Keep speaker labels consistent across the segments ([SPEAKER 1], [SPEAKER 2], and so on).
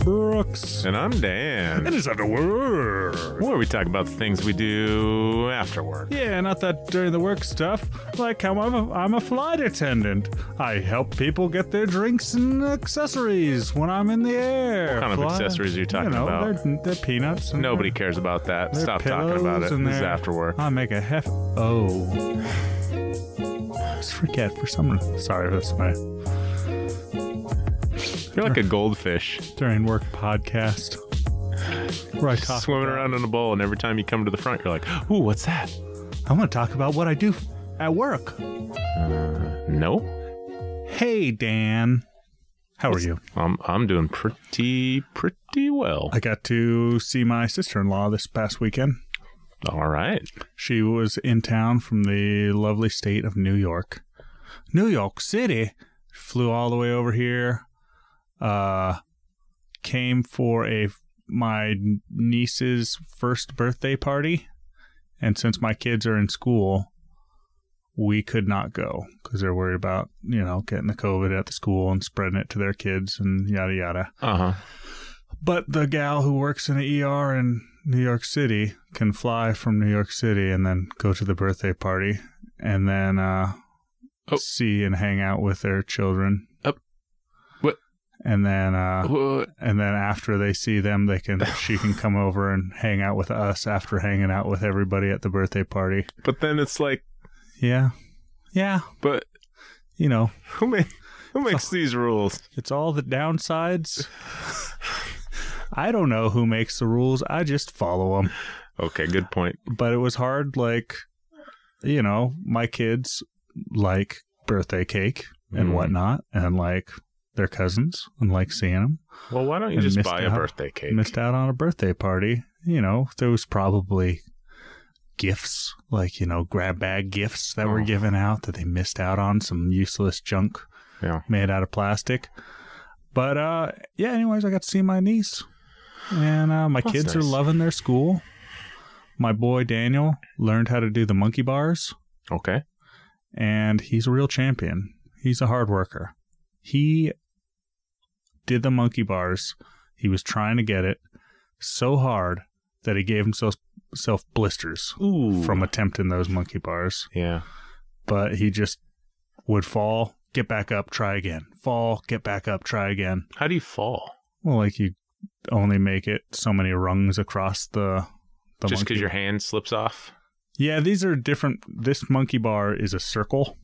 [SPEAKER 1] Brooks.
[SPEAKER 2] And I'm Dan.
[SPEAKER 1] And it's after work.
[SPEAKER 2] Where we talk about the things we do after work.
[SPEAKER 1] Yeah, not that during the work stuff. Like how I'm a, I'm a flight attendant. I help people get their drinks and accessories when I'm in the air.
[SPEAKER 2] What kind of
[SPEAKER 1] Fly-
[SPEAKER 2] accessories are you talking
[SPEAKER 1] you know,
[SPEAKER 2] about?
[SPEAKER 1] They're, they're peanuts. and
[SPEAKER 2] Nobody
[SPEAKER 1] they're-
[SPEAKER 2] cares about that.
[SPEAKER 1] they're
[SPEAKER 2] Stop talking about it.
[SPEAKER 1] pillows and
[SPEAKER 2] This is
[SPEAKER 1] they're-
[SPEAKER 2] after work.
[SPEAKER 1] I make a hef. Oh. Just forget for some. Sorry, that's my
[SPEAKER 2] You're like a goldfish
[SPEAKER 1] during work podcast. Where I talk
[SPEAKER 2] swimming
[SPEAKER 1] about-
[SPEAKER 2] around in a bowl, and every time you come to the front, you're like, "Ooh, what's that?"
[SPEAKER 1] I want to talk about what I do f- at work.
[SPEAKER 2] No,
[SPEAKER 1] Hey, Dan. How are you?
[SPEAKER 2] I'm I'm doing pretty pretty well.
[SPEAKER 1] I got to see my sister in law this past weekend.
[SPEAKER 2] All right.
[SPEAKER 1] She was in town from the lovely state of New York. New York City. Flew all the way over here. Uh, came for a my niece's first birthday party, and since my kids are in school, we could not go because they're worried about you know getting the COVID at the school and spreading it to their kids and yada yada.
[SPEAKER 2] Uh huh.
[SPEAKER 1] But the gal who works in an ER in New York City can fly from New York City and then go to the birthday party and then uh,
[SPEAKER 2] Oh.
[SPEAKER 1] see and hang out with their children.
[SPEAKER 2] Oh. What?
[SPEAKER 1] And then, uh, and then after they see them, they can she can come over and hang out with us after hanging out with everybody at the birthday party.
[SPEAKER 2] But then it's like,
[SPEAKER 1] Yeah, yeah.
[SPEAKER 2] but
[SPEAKER 1] You know,
[SPEAKER 2] who ma- who makes these rules?
[SPEAKER 1] it's all the downsides. I don't know who makes the rules. I just follow them.
[SPEAKER 2] Okay, good point.
[SPEAKER 1] but it was hard like you know my kids like birthday cake and
[SPEAKER 2] Mm.
[SPEAKER 1] whatnot and like their cousins and like seeing them
[SPEAKER 2] Well, why don't you
[SPEAKER 1] And
[SPEAKER 2] just
[SPEAKER 1] missed
[SPEAKER 2] buy a
[SPEAKER 1] out.
[SPEAKER 2] birthday cake?
[SPEAKER 1] missed out on a birthday party you know there was probably gifts like you know grab bag gifts that were
[SPEAKER 2] Oh.
[SPEAKER 1] given out that they missed out on some useless junk
[SPEAKER 2] Yeah.
[SPEAKER 1] made out of plastic but uh yeah anyways i got to see my niece and uh, my
[SPEAKER 2] That's
[SPEAKER 1] kids are
[SPEAKER 2] nice.
[SPEAKER 1] loving their school my boy daniel learned how to do the monkey bars
[SPEAKER 2] Okay.
[SPEAKER 1] and he's a real champion. He's a hard worker. He did the monkey bars. He was trying to get it so hard that he gave himself self blisters
[SPEAKER 2] Ooh.
[SPEAKER 1] from attempting those monkey bars.
[SPEAKER 2] yeah.
[SPEAKER 1] But he just would fall, get back up, try again. Fall, get back up, try again.
[SPEAKER 2] How do you fall?
[SPEAKER 1] Well, like you only make it so many rungs across the the
[SPEAKER 2] just because
[SPEAKER 1] monkey.
[SPEAKER 2] your hand slips off?
[SPEAKER 1] Yeah, these are different. This monkey bar is a circle.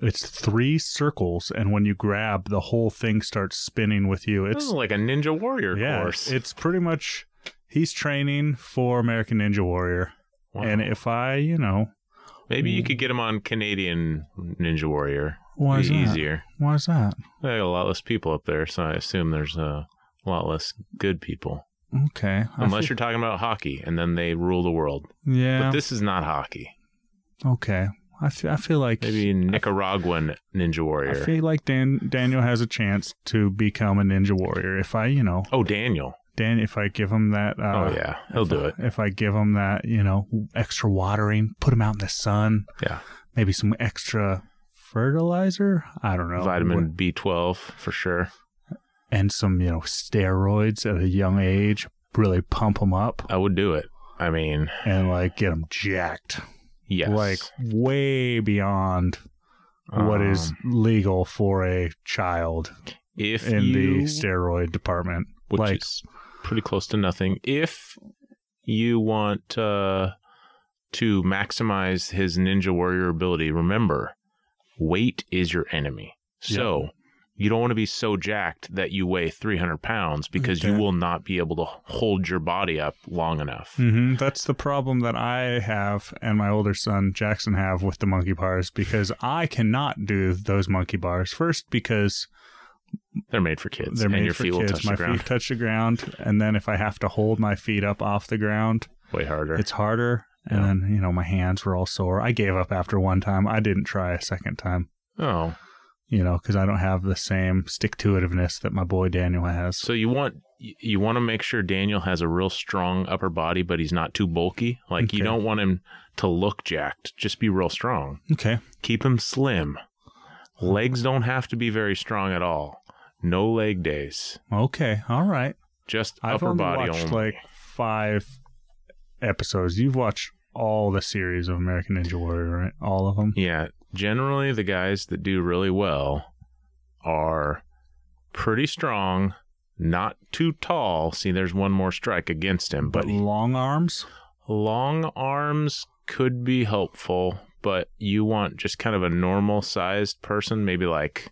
[SPEAKER 1] It's three circles, and when you grab, the whole thing starts spinning with you.
[SPEAKER 2] This is
[SPEAKER 1] It's
[SPEAKER 2] like a Ninja Warrior
[SPEAKER 1] yeah,
[SPEAKER 2] Oh, course.
[SPEAKER 1] it's pretty much he's training for American Ninja Warrior.
[SPEAKER 2] Wow.
[SPEAKER 1] And if I, you know,
[SPEAKER 2] Maybe you could get him on Canadian Ninja Warrior.
[SPEAKER 1] why is
[SPEAKER 2] Be
[SPEAKER 1] that?
[SPEAKER 2] easier.
[SPEAKER 1] Why is that?
[SPEAKER 2] They got a lot less people up there, so I assume there's a lot less good people.
[SPEAKER 1] Okay, I
[SPEAKER 2] Unless
[SPEAKER 1] feel-
[SPEAKER 2] you're talking about hockey, and then they rule the world.
[SPEAKER 1] yeah,
[SPEAKER 2] But this is not hockey.
[SPEAKER 1] okay. I feel, I feel like
[SPEAKER 2] Maybe Nicaraguan Ninja
[SPEAKER 1] I
[SPEAKER 2] Warrior.
[SPEAKER 1] feel like Dan Daniel has a chance to become a Ninja Warrior if I, you know,
[SPEAKER 2] Oh, Daniel.
[SPEAKER 1] Dan if I give him that. Uh,
[SPEAKER 2] oh, yeah. He'll
[SPEAKER 1] if
[SPEAKER 2] do
[SPEAKER 1] I-
[SPEAKER 2] it.
[SPEAKER 1] If I give them that, you know, extra watering, put them out in the sun.
[SPEAKER 2] Yeah.
[SPEAKER 1] Maybe some extra fertilizer. I don't know.
[SPEAKER 2] Vitamin B12 for sure.
[SPEAKER 1] And some, you know, steroids at a young age. Really pump them up
[SPEAKER 2] I would do it. I mean,
[SPEAKER 1] and like get them jacked.
[SPEAKER 2] yes.
[SPEAKER 1] Like way beyond what is
[SPEAKER 2] Um,
[SPEAKER 1] legal for a child
[SPEAKER 2] if
[SPEAKER 1] in
[SPEAKER 2] you,
[SPEAKER 1] the steroid department.
[SPEAKER 2] which
[SPEAKER 1] like-
[SPEAKER 2] is pretty close to nothing. If you want uh, to maximize his ninja warrior ability, remember, weight is your enemy. So you don't want to be so jacked that you weigh 300 pounds because you
[SPEAKER 1] Okay.
[SPEAKER 2] will not be able to hold your body up long enough.
[SPEAKER 1] hmm That's the problem that I have and my older son Jackson have with the monkey bars because I cannot do those monkey bars. First, because
[SPEAKER 2] They're made for kids,
[SPEAKER 1] they're
[SPEAKER 2] and
[SPEAKER 1] made
[SPEAKER 2] your
[SPEAKER 1] for
[SPEAKER 2] feet will
[SPEAKER 1] kids.
[SPEAKER 2] touch
[SPEAKER 1] my
[SPEAKER 2] the ground
[SPEAKER 1] feet touch the ground, and then if I have to hold my feet up off the ground,
[SPEAKER 2] way harder.
[SPEAKER 1] it's harder. And
[SPEAKER 2] Yeah.
[SPEAKER 1] then you know my hands were all sore. I gave up after one time. I didn't try a second time.
[SPEAKER 2] oh,
[SPEAKER 1] You know, because I don't have the same stick to itiveness that my boy Daniel has.
[SPEAKER 2] so you want you you want to make sure Daniel has a real strong upper body, but he's not too bulky. Like you
[SPEAKER 1] Okay.
[SPEAKER 2] don't want him to look jacked. Just be real strong.
[SPEAKER 1] Okay.
[SPEAKER 2] Keep him slim. Legs don't have to be very strong at all. No leg days.
[SPEAKER 1] Okay. All right.
[SPEAKER 2] Just
[SPEAKER 1] I've
[SPEAKER 2] upper
[SPEAKER 1] only
[SPEAKER 2] body
[SPEAKER 1] watched
[SPEAKER 2] only.
[SPEAKER 1] like five episodes. You've watched all the series of American Ninja Warrior, right? All of them.
[SPEAKER 2] Yeah. Generally, the guys that do really well are pretty strong, not too tall. See, there's one more strike against him,
[SPEAKER 1] But
[SPEAKER 2] but
[SPEAKER 1] long arms.
[SPEAKER 2] long arms could be helpful, but you want just kind of a normal sized person, maybe like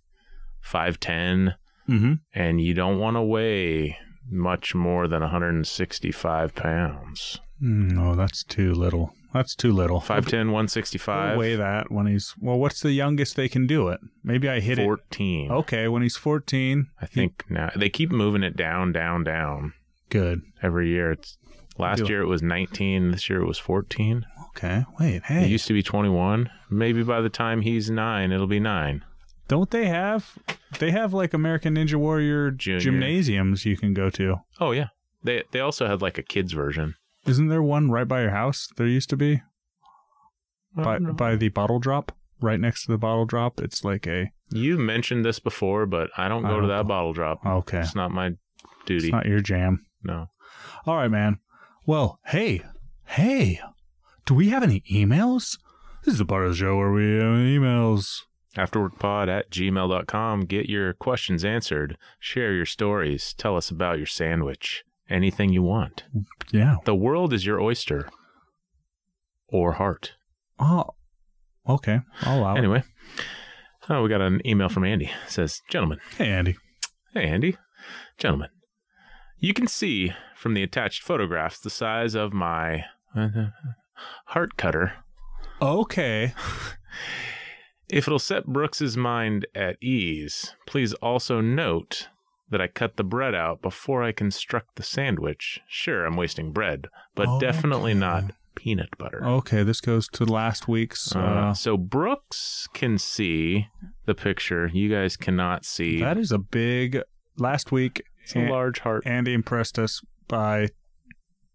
[SPEAKER 2] 5'10,
[SPEAKER 1] Mm-hmm.
[SPEAKER 2] and you don't want to weigh much more than 165 pounds.
[SPEAKER 1] Mm, No, that's too little. That's too little.
[SPEAKER 2] 5'10,
[SPEAKER 1] He'll
[SPEAKER 2] 165.
[SPEAKER 1] weigh that when he's well. What's the youngest they can do it? Maybe I hit
[SPEAKER 2] 14.
[SPEAKER 1] it. Oh. Okay, when he's fourteen.
[SPEAKER 2] I think now they keep moving it down, down, down
[SPEAKER 1] Good.
[SPEAKER 2] every year. It's last
[SPEAKER 1] Do-
[SPEAKER 2] year it was 19, this year it was 14.
[SPEAKER 1] Okay. Wait. Hey.
[SPEAKER 2] It used to be 21. Maybe by the time he's 9, it'll be 9.
[SPEAKER 1] Don't they have they have like American Ninja Warrior
[SPEAKER 2] Junior.
[SPEAKER 1] gymnasiums you can go to?
[SPEAKER 2] Oh yeah. They they also had like a kids version.
[SPEAKER 1] Isn't there one right by your house? There used to be by
[SPEAKER 2] Oh, no.
[SPEAKER 1] by the bottle drop, right next to the bottle drop. It's like a
[SPEAKER 2] you mentioned this before, but I don't
[SPEAKER 1] I
[SPEAKER 2] go to
[SPEAKER 1] don't
[SPEAKER 2] that
[SPEAKER 1] know.
[SPEAKER 2] bottle drop.
[SPEAKER 1] okay.
[SPEAKER 2] It's not my
[SPEAKER 1] It's
[SPEAKER 2] duty.
[SPEAKER 1] not your jam.
[SPEAKER 2] no.
[SPEAKER 1] All right, man. Well, hey, hey, do we have any emails? This is the part of the show where we have emails.
[SPEAKER 2] Afterworkpod at gmail.com. Get your questions answered. Share your stories. Tell us about your sandwich. Anything you want.
[SPEAKER 1] Yeah.
[SPEAKER 2] The world is your oyster or heart.
[SPEAKER 1] Oh, okay. I'll allow it.
[SPEAKER 2] Anyway, oh, we got an email from Andy. It says, Gentlemen,
[SPEAKER 1] Hey, Andy.
[SPEAKER 2] hey, Andy, gentlemen, you can see from the attached photographs the size of my uh, heart cutter.
[SPEAKER 1] Okay.
[SPEAKER 2] If it'll set Brooks's mind at ease, please also note that I cut the bread out before I construct the sandwich. Sure, I'm wasting bread, but
[SPEAKER 1] Okay. Oh,
[SPEAKER 2] definitely not peanut butter.
[SPEAKER 1] Okay, this goes to last week's. Uh,
[SPEAKER 2] Uh, so Brooks can see the picture. You guys cannot see.
[SPEAKER 1] that is a big. Last week,
[SPEAKER 2] It's a
[SPEAKER 1] An-
[SPEAKER 2] large heart.
[SPEAKER 1] Andy impressed us by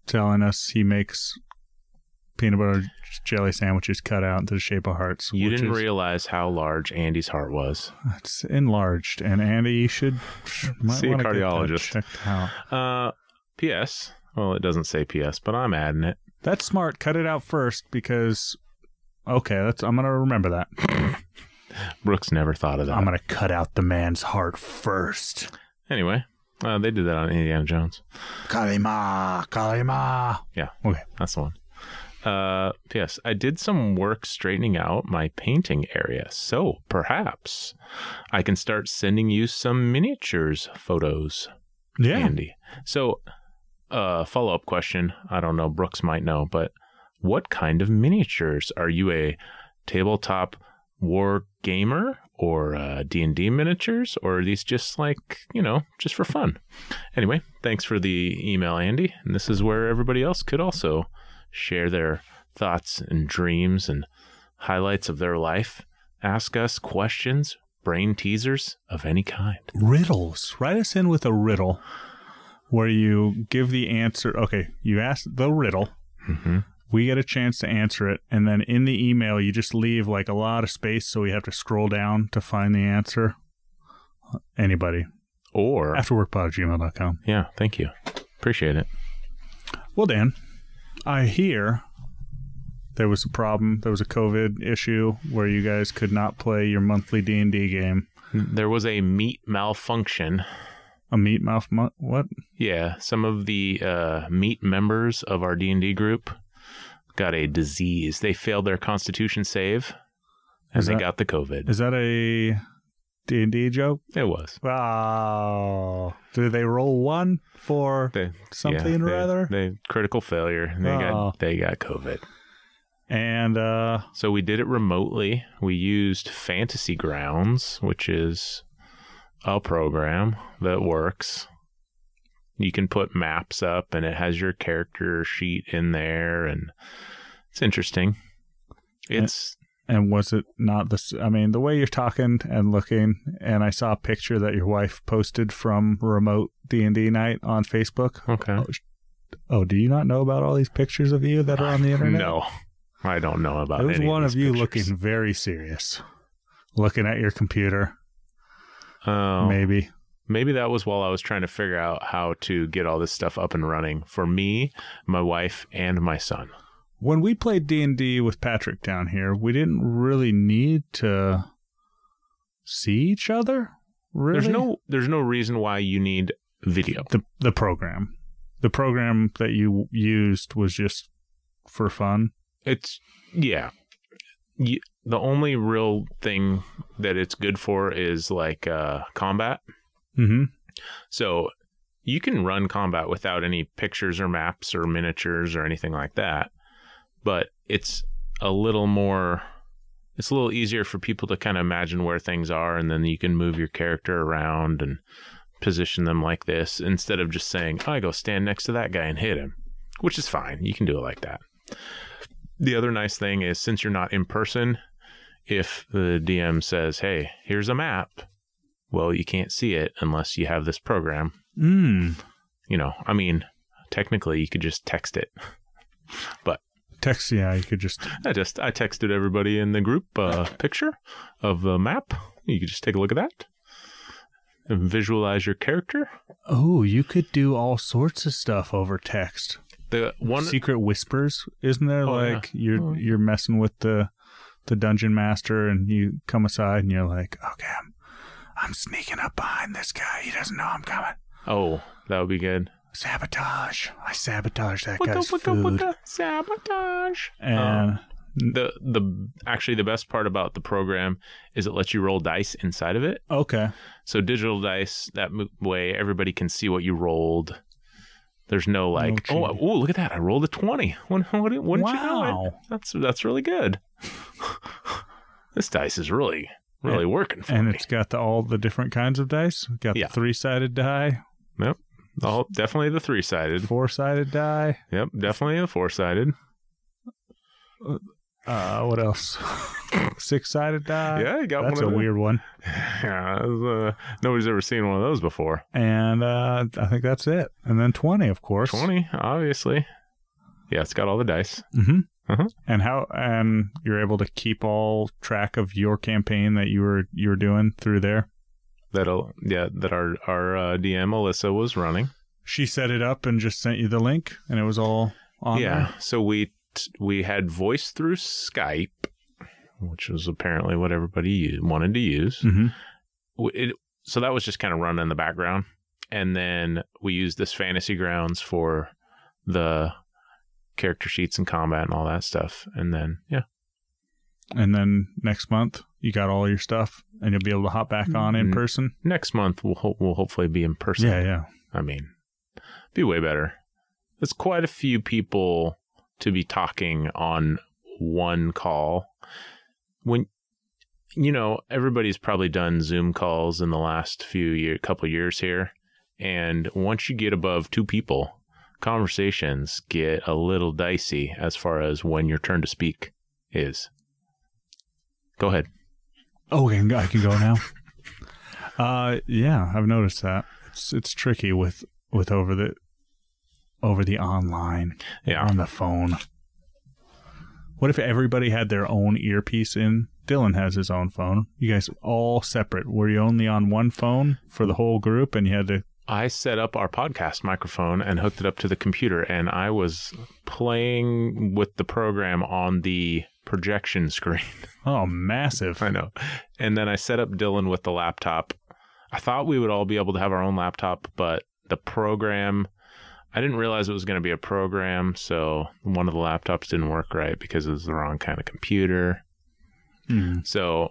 [SPEAKER 1] telling us he makes peanut butter jelly sandwiches cut out into the shape of hearts.
[SPEAKER 2] You
[SPEAKER 1] which
[SPEAKER 2] didn't
[SPEAKER 1] is-
[SPEAKER 2] realize how large Andy's heart was.
[SPEAKER 1] It's enlarged, and Andy, you should might
[SPEAKER 2] See a
[SPEAKER 1] wanna get that
[SPEAKER 2] cardiologist.
[SPEAKER 1] checked out.
[SPEAKER 2] Uh, P.S. Well, it doesn't say P.S., but I'm adding it.
[SPEAKER 1] That's smart. Cut it out first because. Okay, that's, I'm gonna remember that.
[SPEAKER 2] Brooks never thought of that.
[SPEAKER 1] I'm gonna cut out the man's heart first.
[SPEAKER 2] Anyway, uh, they did that on Indiana Jones.
[SPEAKER 1] Kalima, Kalima.
[SPEAKER 2] That's the one. Uh, P.S. I did some work straightening out my painting area, so perhaps I can start sending you some miniatures photos.
[SPEAKER 1] Yeah,
[SPEAKER 2] Andy. So, uh, follow up question. I don't know. Brooks might know, but what kind of miniatures are you a tabletop war gamer or uh, D and D miniatures, or are these just like you know just for fun? Anyway, thanks for the email, Andy. And this is where everybody else could also share their thoughts and dreams and highlights of their life. Ask us questions, brain teasers of any kind.
[SPEAKER 1] riddles. Write us in with a riddle, where you give the answer. Okay, you ask the riddle.
[SPEAKER 2] Mm-hmm.
[SPEAKER 1] We get a chance to answer it, and then in the email, you just leave like a lot of space, so we have to scroll down to find the answer. Anybody
[SPEAKER 2] Or
[SPEAKER 1] afterworkpod@gmail.com.
[SPEAKER 2] Yeah, thank you. Appreciate it.
[SPEAKER 1] Well, Dan, I hear there was a problem. There was a COVID issue where you guys could not play your monthly D and D game.
[SPEAKER 2] There was a meat malfunction.
[SPEAKER 1] A meat mouth, mu- what?
[SPEAKER 2] Yeah, some of the uh, meat members of our D and D group got a disease. They failed their Constitution save, and
[SPEAKER 1] Is
[SPEAKER 2] they
[SPEAKER 1] that-
[SPEAKER 2] got the COVID.
[SPEAKER 1] Is that a D and D joke?
[SPEAKER 2] It was
[SPEAKER 1] Wow! Do they roll one for
[SPEAKER 2] they,
[SPEAKER 1] something
[SPEAKER 2] yeah,
[SPEAKER 1] or
[SPEAKER 2] they-
[SPEAKER 1] other?
[SPEAKER 2] They critical failure. They
[SPEAKER 1] Oh.
[SPEAKER 2] got they got COVID.
[SPEAKER 1] and uh,
[SPEAKER 2] So we did it remotely. We used Fantasy Grounds, which is a program that works. You can put maps up and it has your character sheet in there and it's interesting. It's
[SPEAKER 1] and was it not this? I mean, the way you're talking and looking, and I saw a picture that your wife posted from remote D and D night on Facebook.
[SPEAKER 2] okay.
[SPEAKER 1] Oh, do you not know about all these pictures of you that are on the internet?
[SPEAKER 2] No. I don't know about
[SPEAKER 1] There was
[SPEAKER 2] any
[SPEAKER 1] one of
[SPEAKER 2] these
[SPEAKER 1] you
[SPEAKER 2] pictures.
[SPEAKER 1] looking very serious, looking at your computer,
[SPEAKER 2] Oh, maybe.
[SPEAKER 1] maybe.
[SPEAKER 2] Maybe that was while I was trying to figure out how to get all this stuff up and running for me, my wife, and my son.
[SPEAKER 1] When we played D&D with Patrick down here, we didn't really need to see each other. Really?
[SPEAKER 2] There's no there's no reason why you need video.
[SPEAKER 1] the the program. The program that you used was just for fun.
[SPEAKER 2] It's yeah. Y the only real thing that it's good for is like uh, combat. Mm-hmm.
[SPEAKER 1] Mhm.
[SPEAKER 2] So you can run combat without any pictures or maps or miniatures or anything like that. But it's a little more, it's a little easier for people to kind of imagine where things are. And then you can move your character around and position them like this instead of just saying, I go stand next to that guy and hit him, which is fine. You can do it like that. The other nice thing is since you're not in person, if the DM says, Hey, here's a map, well, you can't see it unless you have this program.
[SPEAKER 1] Mm.
[SPEAKER 2] You know, I mean, technically you could just text it.
[SPEAKER 1] Text yeah, you could just
[SPEAKER 2] I just I texted everybody in the group a picture of the map. You could just take a look at that and visualize your character.
[SPEAKER 1] Oh, you could do all sorts of stuff over text.
[SPEAKER 2] The one
[SPEAKER 1] Secret whispers, isn't there?
[SPEAKER 2] Oh, yeah.
[SPEAKER 1] like you're
[SPEAKER 2] Oh.
[SPEAKER 1] you're messing with the the dungeon master, and you come aside, and you're like, okay, I'm, I'm sneaking up behind this guy. He doesn't know I'm coming.
[SPEAKER 2] oh, that would be good.
[SPEAKER 1] Sabotage! I sabotage that
[SPEAKER 2] Wicca,
[SPEAKER 1] guy's
[SPEAKER 2] wicca,
[SPEAKER 1] food.
[SPEAKER 2] wicca, sabotage. Um,
[SPEAKER 1] And
[SPEAKER 2] The the actually the best part about the program is it lets you roll dice inside of it.
[SPEAKER 1] okay,
[SPEAKER 2] So digital dice that mo- way everybody can see what you rolled. There's no like,
[SPEAKER 1] cheating.
[SPEAKER 2] oh, I- ooh, look at that! I rolled a twenty. When, when, when did you know it?
[SPEAKER 1] wow.
[SPEAKER 2] That's that's really good. this dice is really really working for
[SPEAKER 1] And
[SPEAKER 2] me.
[SPEAKER 1] it's got the, all the different kinds of dice. We've got
[SPEAKER 2] Yeah.
[SPEAKER 1] the three sided die,
[SPEAKER 2] Oh, definitely the three sided.
[SPEAKER 1] four sided die.
[SPEAKER 2] Yep, definitely the four sided.
[SPEAKER 1] Uh, what else? Six sided die.
[SPEAKER 2] yeah, I got
[SPEAKER 1] Uh, That's a
[SPEAKER 2] one. of the-
[SPEAKER 1] weird one.
[SPEAKER 2] Yeah, that was, uh, nobody's ever seen one of those before.
[SPEAKER 1] and uh, I think that's it. And then twenty, of course.
[SPEAKER 2] Twenty, obviously. Yeah, it's got all the dice.
[SPEAKER 1] Mm-hmm.
[SPEAKER 2] Uh-huh.
[SPEAKER 1] And how and you're able to keep all track of your campaign that you were you were doing through there.
[SPEAKER 2] That'll yeah that our our uh, DM Alyssa was running.
[SPEAKER 1] She set it up and just sent you the link, and it was all on
[SPEAKER 2] yeah so we t- we had voice through skype which was apparently what everybody u- wanted to use
[SPEAKER 1] there. hmm
[SPEAKER 2] W- it, so that was just kind of run in the background and then we used this fantasy grounds for the character sheets and combat and all that stuff and then yeah
[SPEAKER 1] And then next month you got all your stuff, and you'll be able to hop back on in
[SPEAKER 2] Mm.
[SPEAKER 1] person.
[SPEAKER 2] next month we'll, ho- we'll hopefully be in person
[SPEAKER 1] Yeah, yeah.
[SPEAKER 2] i mean be way better that's quite a few people to be talking on one call when you know everybody's probably done zoom calls in the last few year couple years here and once you get above two people conversations get a little dicey as far as when your turn to speak is go ahead
[SPEAKER 1] Oh, I can, I can go now. uh, yeah, I've noticed that it's it's tricky with with over the over the online.
[SPEAKER 2] yeah
[SPEAKER 1] on the phone. What if everybody had their own earpiece in? Dylan has his own phone. You guys all separate. Were you only on one phone for the whole group and you had to
[SPEAKER 2] I set up our podcast microphone and hooked it up to the computer, and I was playing with the program on the projection screen.
[SPEAKER 1] Oh, massive.
[SPEAKER 2] I know. And then I set up Dylan with the laptop. I thought we would all be able to have our own laptop, but the program, I didn't realize it was going to be a program. So one of the laptops didn't work right because it was the wrong kind of computer.
[SPEAKER 1] Hmm.
[SPEAKER 2] So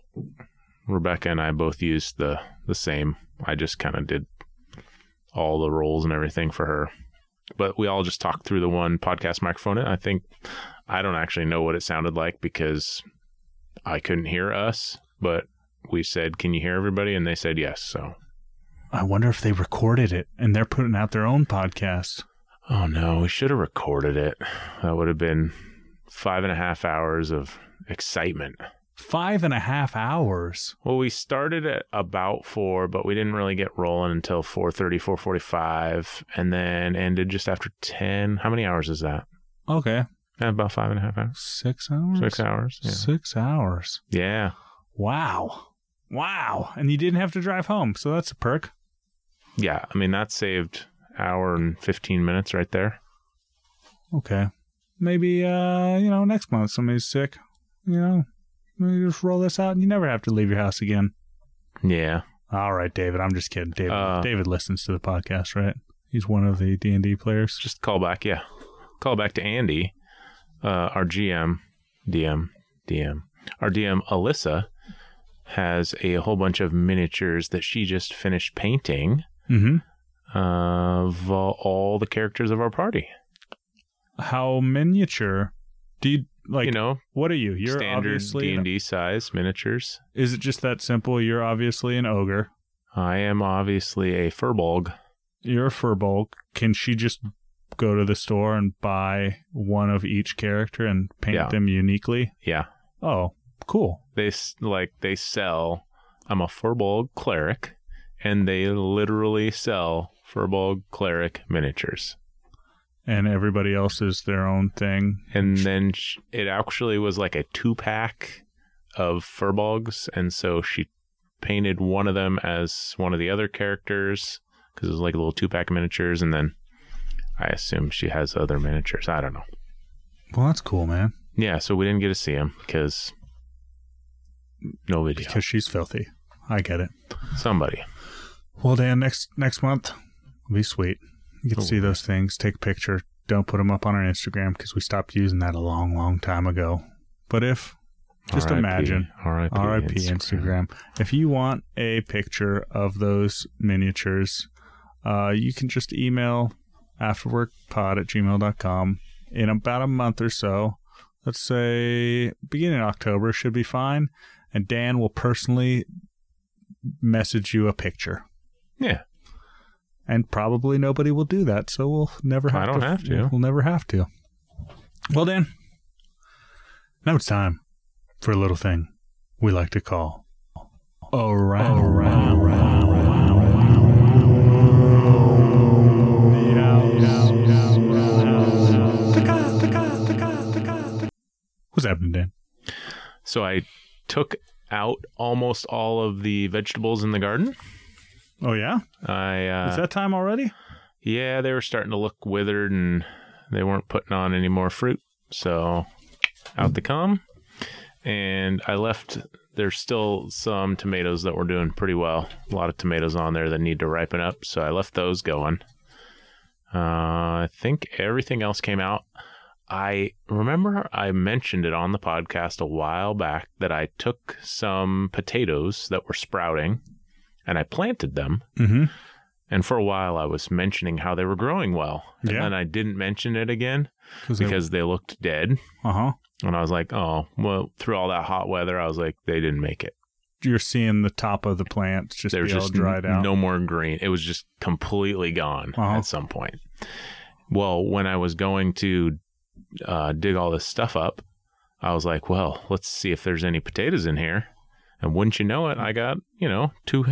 [SPEAKER 2] Rebecca and I both used the, the same. I just kind of did all the roles and everything for her. But we all just talked through the one podcast microphone. And I think I don't actually know what it sounded like because I couldn't hear us, but we said, Can you hear everybody? And they said yes. So,
[SPEAKER 1] I wonder if they recorded it and they're putting out their own podcast.
[SPEAKER 2] oh no, we should have recorded it. That would have been five and a half hours of excitement.
[SPEAKER 1] Five and a half hours.
[SPEAKER 2] Well, we started at about four, but we didn't really get rolling until 4.30, 4.45, and then ended just after 10. How many hours is that?
[SPEAKER 1] Okay.
[SPEAKER 2] Eh, About five and a half hours.
[SPEAKER 1] Six hours?
[SPEAKER 2] Six hours. Yeah.
[SPEAKER 1] Six hours.
[SPEAKER 2] yeah.
[SPEAKER 1] Wow. Wow. And you didn't have to drive home. So that's a perk.
[SPEAKER 2] Yeah, I mean that saved hour and fifteen minutes right there.
[SPEAKER 1] Okay. Maybe uh, you know, next month somebody's sick. You know, maybe just roll this out and you never have to leave your house again.
[SPEAKER 2] Yeah,
[SPEAKER 1] All right, David. I'm just kidding. David
[SPEAKER 2] Uh,
[SPEAKER 1] David listens to the podcast, right? He's one of the D and D players.
[SPEAKER 2] just call back. Yeah, call back to Andy, uh, our GM, DM, DM, our DM Alyssa has a whole bunch of miniatures that she just finished painting
[SPEAKER 1] Mm-hmm.
[SPEAKER 2] of uh, all the characters of our party.
[SPEAKER 1] How miniature? Do you like?
[SPEAKER 2] you know,
[SPEAKER 1] what are you? You're
[SPEAKER 2] standard
[SPEAKER 1] obviously.
[SPEAKER 2] D and D size miniatures.
[SPEAKER 1] Is it just that simple? You're obviously an ogre.
[SPEAKER 2] I am obviously a furbolg.
[SPEAKER 1] You're a furbolg. Can she just go to the store and buy one of each character and paint
[SPEAKER 2] Yeah.
[SPEAKER 1] them uniquely?
[SPEAKER 2] Yeah,
[SPEAKER 1] Oh, cool.
[SPEAKER 2] they s- like they sell. I'm a furbolg cleric, and they literally sell furbolg cleric miniatures.
[SPEAKER 1] And everybody else is their own thing.
[SPEAKER 2] And then sh it actually was like a two pack of furbolgs, and so she painted one of them as one of the other characters because it was like a little two pack miniatures, and then I assume she has other miniatures. I don't know.
[SPEAKER 1] Well, that's cool, man.
[SPEAKER 2] Yeah, so we didn't get to see him because no video.
[SPEAKER 1] Because she's filthy. I get it.
[SPEAKER 2] Somebody.
[SPEAKER 1] Well, Dan, next next month will be sweet. You can
[SPEAKER 2] Cool.
[SPEAKER 1] see those things. Take a picture. Don't put them up on our Instagram because we stopped using that a long, long time ago. But if Just
[SPEAKER 2] RIP,
[SPEAKER 1] imagine.
[SPEAKER 2] RIP.
[SPEAKER 1] RIP Instagram. If you want a picture of those miniatures, uh, you can just email afterworkpod at gmail.com. In about a month or so, let's say beginning of October should be fine. And Dan will personally message you a picture.
[SPEAKER 2] Yeah.
[SPEAKER 1] And probably nobody will do that, so we'll never have
[SPEAKER 2] I don't
[SPEAKER 1] to.
[SPEAKER 2] have to.
[SPEAKER 1] We'll never have to. Well, Dan, now it's time for a little thing we like to call around, around, around, What's happening, Dan?
[SPEAKER 2] So I took out almost all of the vegetables in the garden.
[SPEAKER 1] Oh yeah,
[SPEAKER 2] I uh,
[SPEAKER 1] it's that time already.
[SPEAKER 2] yeah, they were starting to look withered and they weren't putting on any more fruit. So out they come. And I left there's still some tomatoes that were doing pretty well. A lot of tomatoes on there that need to ripen up, so I left those going. Uh, I think everything else came out. I remember I mentioned it on the podcast a while back that I took some potatoes that were sprouting and I planted them.
[SPEAKER 1] Mm-hmm.
[SPEAKER 2] And for a while, I was mentioning how they were growing well. And
[SPEAKER 1] Yeah.
[SPEAKER 2] then I didn't mention it again
[SPEAKER 1] Because
[SPEAKER 2] because they looked dead.
[SPEAKER 1] uh huh,
[SPEAKER 2] And I was like, oh, well, through all that hot weather, I was like, they didn't make it.
[SPEAKER 1] you're seeing the top of the plants just
[SPEAKER 2] They were
[SPEAKER 1] be all
[SPEAKER 2] just
[SPEAKER 1] dried out.
[SPEAKER 2] no more green. It was just completely gone
[SPEAKER 1] Uh-huh.
[SPEAKER 2] at some point. Well, when I was going to uh, dig all this stuff up, I was like, well, let's see if there's any potatoes in here. And wouldn't you know it, I got, you know, two,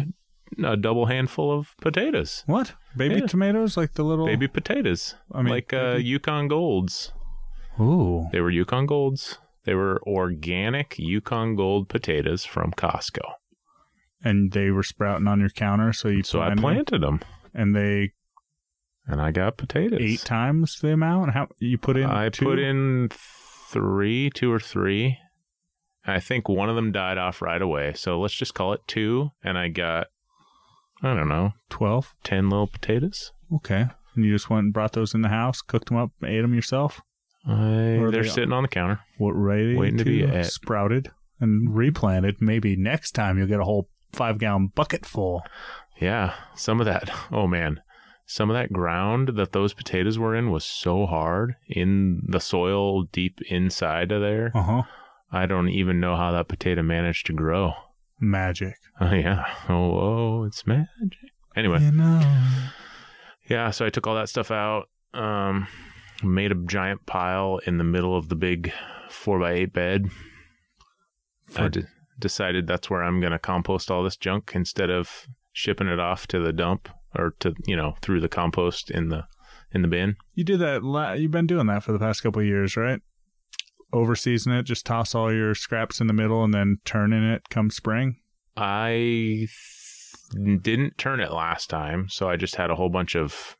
[SPEAKER 2] a double handful of potatoes,
[SPEAKER 1] What baby
[SPEAKER 2] Yeah.
[SPEAKER 1] tomatoes? Like the little
[SPEAKER 2] baby potatoes.
[SPEAKER 1] I mean,
[SPEAKER 2] like uh, Yukon Golds.
[SPEAKER 1] ooh,
[SPEAKER 2] They were Yukon Golds. They were organic Yukon Gold potatoes from Costco.
[SPEAKER 1] and they were sprouting on your counter, so you
[SPEAKER 2] So I
[SPEAKER 1] planted them,
[SPEAKER 2] planted them
[SPEAKER 1] and they
[SPEAKER 2] and I got potatoes.
[SPEAKER 1] eight times the amount. How you put in?
[SPEAKER 2] I
[SPEAKER 1] two?
[SPEAKER 2] put in three, two or three. I think one of them died off right away. So let's just call it two. And I got, I don't know,
[SPEAKER 1] twelve.
[SPEAKER 2] 10 little potatoes.
[SPEAKER 1] Okay, and you just went and brought those in the house, cooked them up, ate them yourself.
[SPEAKER 2] I,
[SPEAKER 1] Or
[SPEAKER 2] they're
[SPEAKER 1] they-
[SPEAKER 2] sitting on the counter.
[SPEAKER 1] What ready
[SPEAKER 2] Waiting to be at-
[SPEAKER 1] sprouted and replanted. Maybe next time you'll get a whole five gallon bucket full.
[SPEAKER 2] Yeah, some of that. Oh man, some of that ground that those potatoes were in was so hard in the soil deep inside of there.
[SPEAKER 1] Uh huh.
[SPEAKER 2] I don't even know how that potato managed to grow.
[SPEAKER 1] Magic.
[SPEAKER 2] Oh yeah. Oh, whoa, it's magic. Anyway,
[SPEAKER 1] You know.
[SPEAKER 2] yeah. So I took all that stuff out. Um, made a giant pile in the middle of the big four by eight bed. I
[SPEAKER 1] For-
[SPEAKER 2] de- decided that's where I'm going to compost all this junk instead of shipping it off to the dump or to you know through the compost in the in the bin.
[SPEAKER 1] You did that. La- you've been doing that for the past couple of years, right? Overseason it, just toss all your scraps in the middle, and then turn in it come spring.
[SPEAKER 2] I didn't turn it last time, so I just had a whole bunch of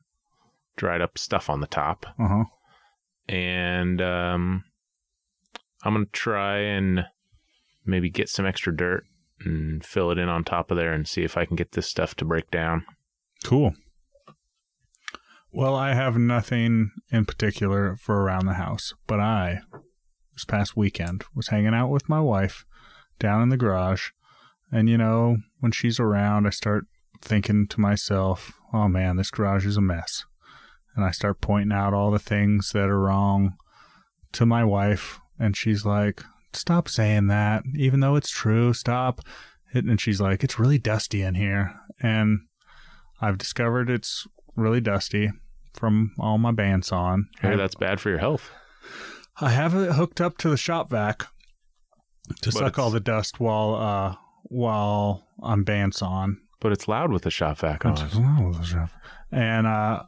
[SPEAKER 2] dried up stuff on the top.
[SPEAKER 1] Uh huh.
[SPEAKER 2] And um, I'm going to try and maybe get some extra dirt and fill it in on top of there and see if I can get this stuff to break down.
[SPEAKER 1] Cool. Well, I have nothing in particular for around the house, but I, this past weekend, was hanging out with my wife down in the garage. And, you know, when she's around, I start thinking to myself, oh man, this garage is a mess. And I start pointing out all the things that are wrong to my wife. And she's like, stop saying that, even though it's true, stop. And she's like, it's really dusty in here. And I've discovered it's really dusty from all my bands on.
[SPEAKER 2] Hey, that's bad for your health.
[SPEAKER 1] I have it hooked up to the shop vac to
[SPEAKER 2] But
[SPEAKER 1] suck
[SPEAKER 2] it's-
[SPEAKER 1] all the dust while uh while I'm bands on.
[SPEAKER 2] But it's loud with the shop vac
[SPEAKER 1] That's
[SPEAKER 2] on.
[SPEAKER 1] just- oh, that's rough. And uh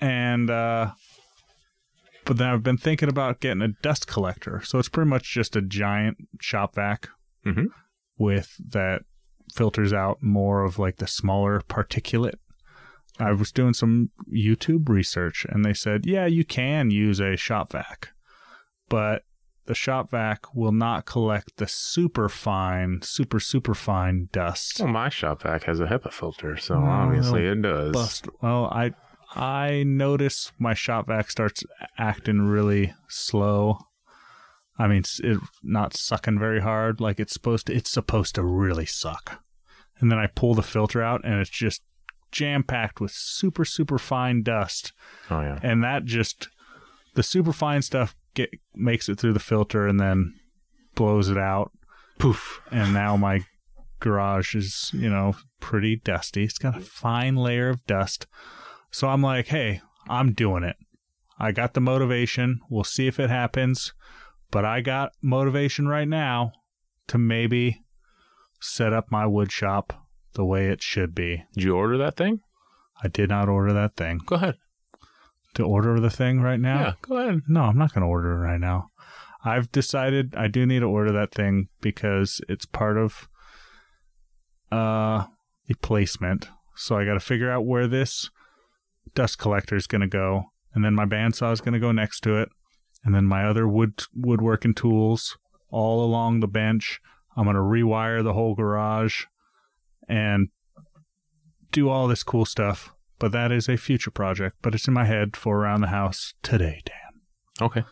[SPEAKER 1] and uh but then I've been thinking about getting a dust collector. So it's pretty much just a giant shop vac
[SPEAKER 2] Mhm.
[SPEAKER 1] with that filters out more of like the smaller particulate. I was doing some YouTube research and they said, yeah, you can use a shop vac, but the shop vac will not collect the super fine, super, super fine dust.
[SPEAKER 2] Well, my shop vac has a HEPA filter, so
[SPEAKER 1] Oh,
[SPEAKER 2] obviously it does.
[SPEAKER 1] bust. Well, I I notice my shop vac starts acting really slow. I mean, it's it not sucking very hard like it's supposed to. It's supposed to really suck. And then I pull the filter out, and it's just jam packed with super super fine dust,
[SPEAKER 2] Oh yeah.
[SPEAKER 1] and that just the super fine stuff get makes it through the filter, and then blows it out
[SPEAKER 2] Poof.
[SPEAKER 1] and now my garage is you know pretty dusty it's got a fine layer of dust so i'm like hey i'm doing it i got the motivation we'll see if it happens but i got motivation right now to maybe set up my wood shop the way it should be
[SPEAKER 2] Did you order that thing?
[SPEAKER 1] i did not order that thing
[SPEAKER 2] Go ahead.
[SPEAKER 1] to order the thing right now
[SPEAKER 2] Yeah, go ahead.
[SPEAKER 1] no, I'm not going to order it right now. I've decided I do need to order that thing because it's part of uh the placement. So I got to figure out where this dust collector is going to go, and then my bandsaw is going to go next to it, and then my other wood woodworking tools all along the bench. I'm going to rewire the whole garage and do all this cool stuff. But that is a future project, but it's in my head for around the house today, Dan.
[SPEAKER 2] Okay.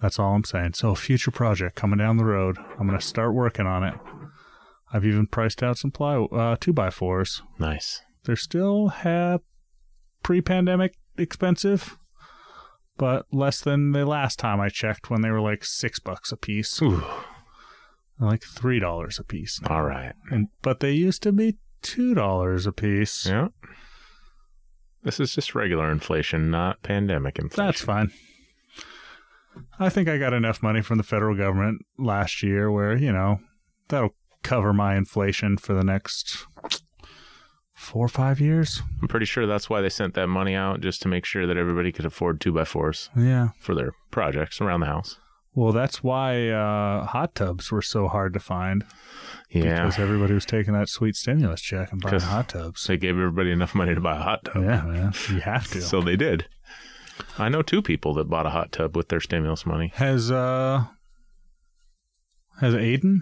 [SPEAKER 1] That's all I'm saying. So, a future project coming down the road. I'm going to start working on it. I've even priced out some ply uh, two by fours.
[SPEAKER 2] Nice.
[SPEAKER 1] They're still ha- pre-pandemic expensive, but less than the last time I checked when they were like six bucks a piece,
[SPEAKER 2] Ooh.
[SPEAKER 1] They're like three dollars a piece. now.
[SPEAKER 2] All right.
[SPEAKER 1] And but they used to be two dollars a piece.
[SPEAKER 2] Yeah. This is just regular inflation, not pandemic inflation.
[SPEAKER 1] That's fine. I think I got enough money from the federal government last year where, you know, that'll cover my inflation for the next four or five years.
[SPEAKER 2] I'm pretty sure that's why they sent that money out just to make sure that everybody could afford two by fours
[SPEAKER 1] Yeah.
[SPEAKER 2] for their projects around the house.
[SPEAKER 1] Well, that's why uh, hot tubs were so hard to find
[SPEAKER 2] Yeah.
[SPEAKER 1] because everybody was taking that sweet stimulus check and buying
[SPEAKER 2] 'Cause-
[SPEAKER 1] hot tubs.
[SPEAKER 2] they gave everybody enough money to buy a hot tub.
[SPEAKER 1] Yeah, man. You have to.
[SPEAKER 2] So they did. I know two people that bought a hot tub with their stimulus money.
[SPEAKER 1] has uh has Aiden?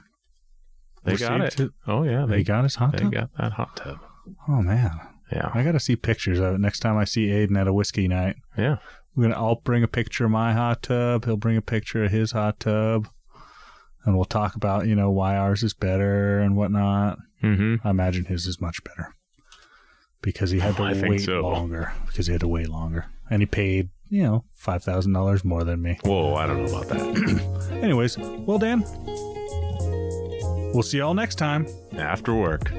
[SPEAKER 2] They got it.
[SPEAKER 1] received
[SPEAKER 2] Oh yeah,
[SPEAKER 1] They
[SPEAKER 2] they
[SPEAKER 1] got his hot
[SPEAKER 2] they
[SPEAKER 1] tub.
[SPEAKER 2] got that hot tub.
[SPEAKER 1] oh man,
[SPEAKER 2] Yeah.
[SPEAKER 1] I gotta see pictures of it next time I see Aiden at a whiskey night.
[SPEAKER 2] Yeah.
[SPEAKER 1] We're gonna. I'll bring a picture of my hot tub. He'll bring a picture of his hot tub, and we'll talk about you know why ours is better and whatnot.
[SPEAKER 2] Mm-hmm.
[SPEAKER 1] I imagine his is much better because he had to
[SPEAKER 2] I think
[SPEAKER 1] wait
[SPEAKER 2] so.
[SPEAKER 1] longer. Because he had to wait longer, and he paid you know five thousand dollars more than me.
[SPEAKER 2] Whoa, I don't know about that.
[SPEAKER 1] Anyways, well Dan, we'll see y'all next time.
[SPEAKER 2] After work.